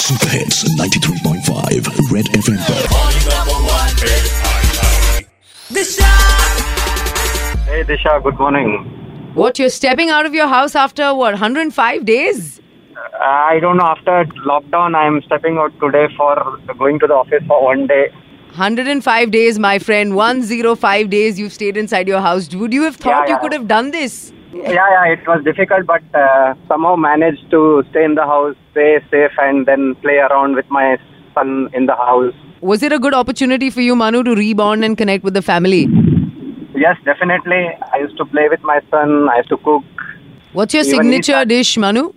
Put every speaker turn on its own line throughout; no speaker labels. Super Hits 93.5 Red FM.
Hey Disha, good morning.
What, you're stepping out of your house after what, 105 days?
I don't know, after lockdown, I'm stepping out today for going to the office for one day.
105 days, my friend. 105 days you've stayed inside your house. Would you have thought you
Yeah, yeah.
could have done this?
Yeah, yeah, it was difficult, but uh, somehow managed to stay in the house, stay safe, and then play around with my son in the house.
Was it a good opportunity for you, Manu, to rebond and connect with the family?
Yes, definitely. I used to play with my son, I used to cook.
What's your
Even
signature
if I-
dish, Manu?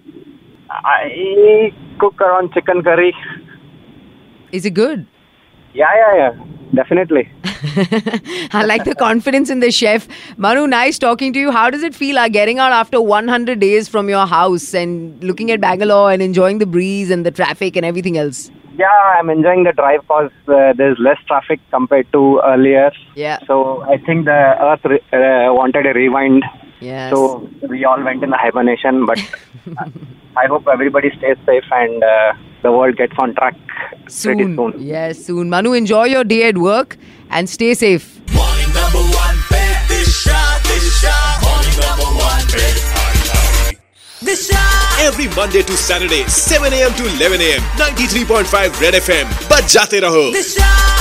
I cook around chicken curry.
Is it good?
Yeah, yeah, yeah, definitely.
I like the confidence in the chef. Manu, nice talking to you. How does it feel uh, getting out after 100 days from your house and looking at Bangalore and enjoying the breeze and the traffic and everything else?
Yeah, I'm enjoying the drive because uh, there's less traffic compared to earlier.
Yeah.
So I think the Earth re- uh, wanted a rewind.
Yes.
So we all went in a hibernation, but I hope everybody stays safe and uh, the world gets on track pretty soon.
Yes, soon. Manu, enjoy your day at work and stay safe.
Morning number one bet. Disha, Disha. Morning number one bet.
every Monday to Saturday, 7 a.m. to 11 a.m. 93.5 Red FM. बजाते रहो.
Disha.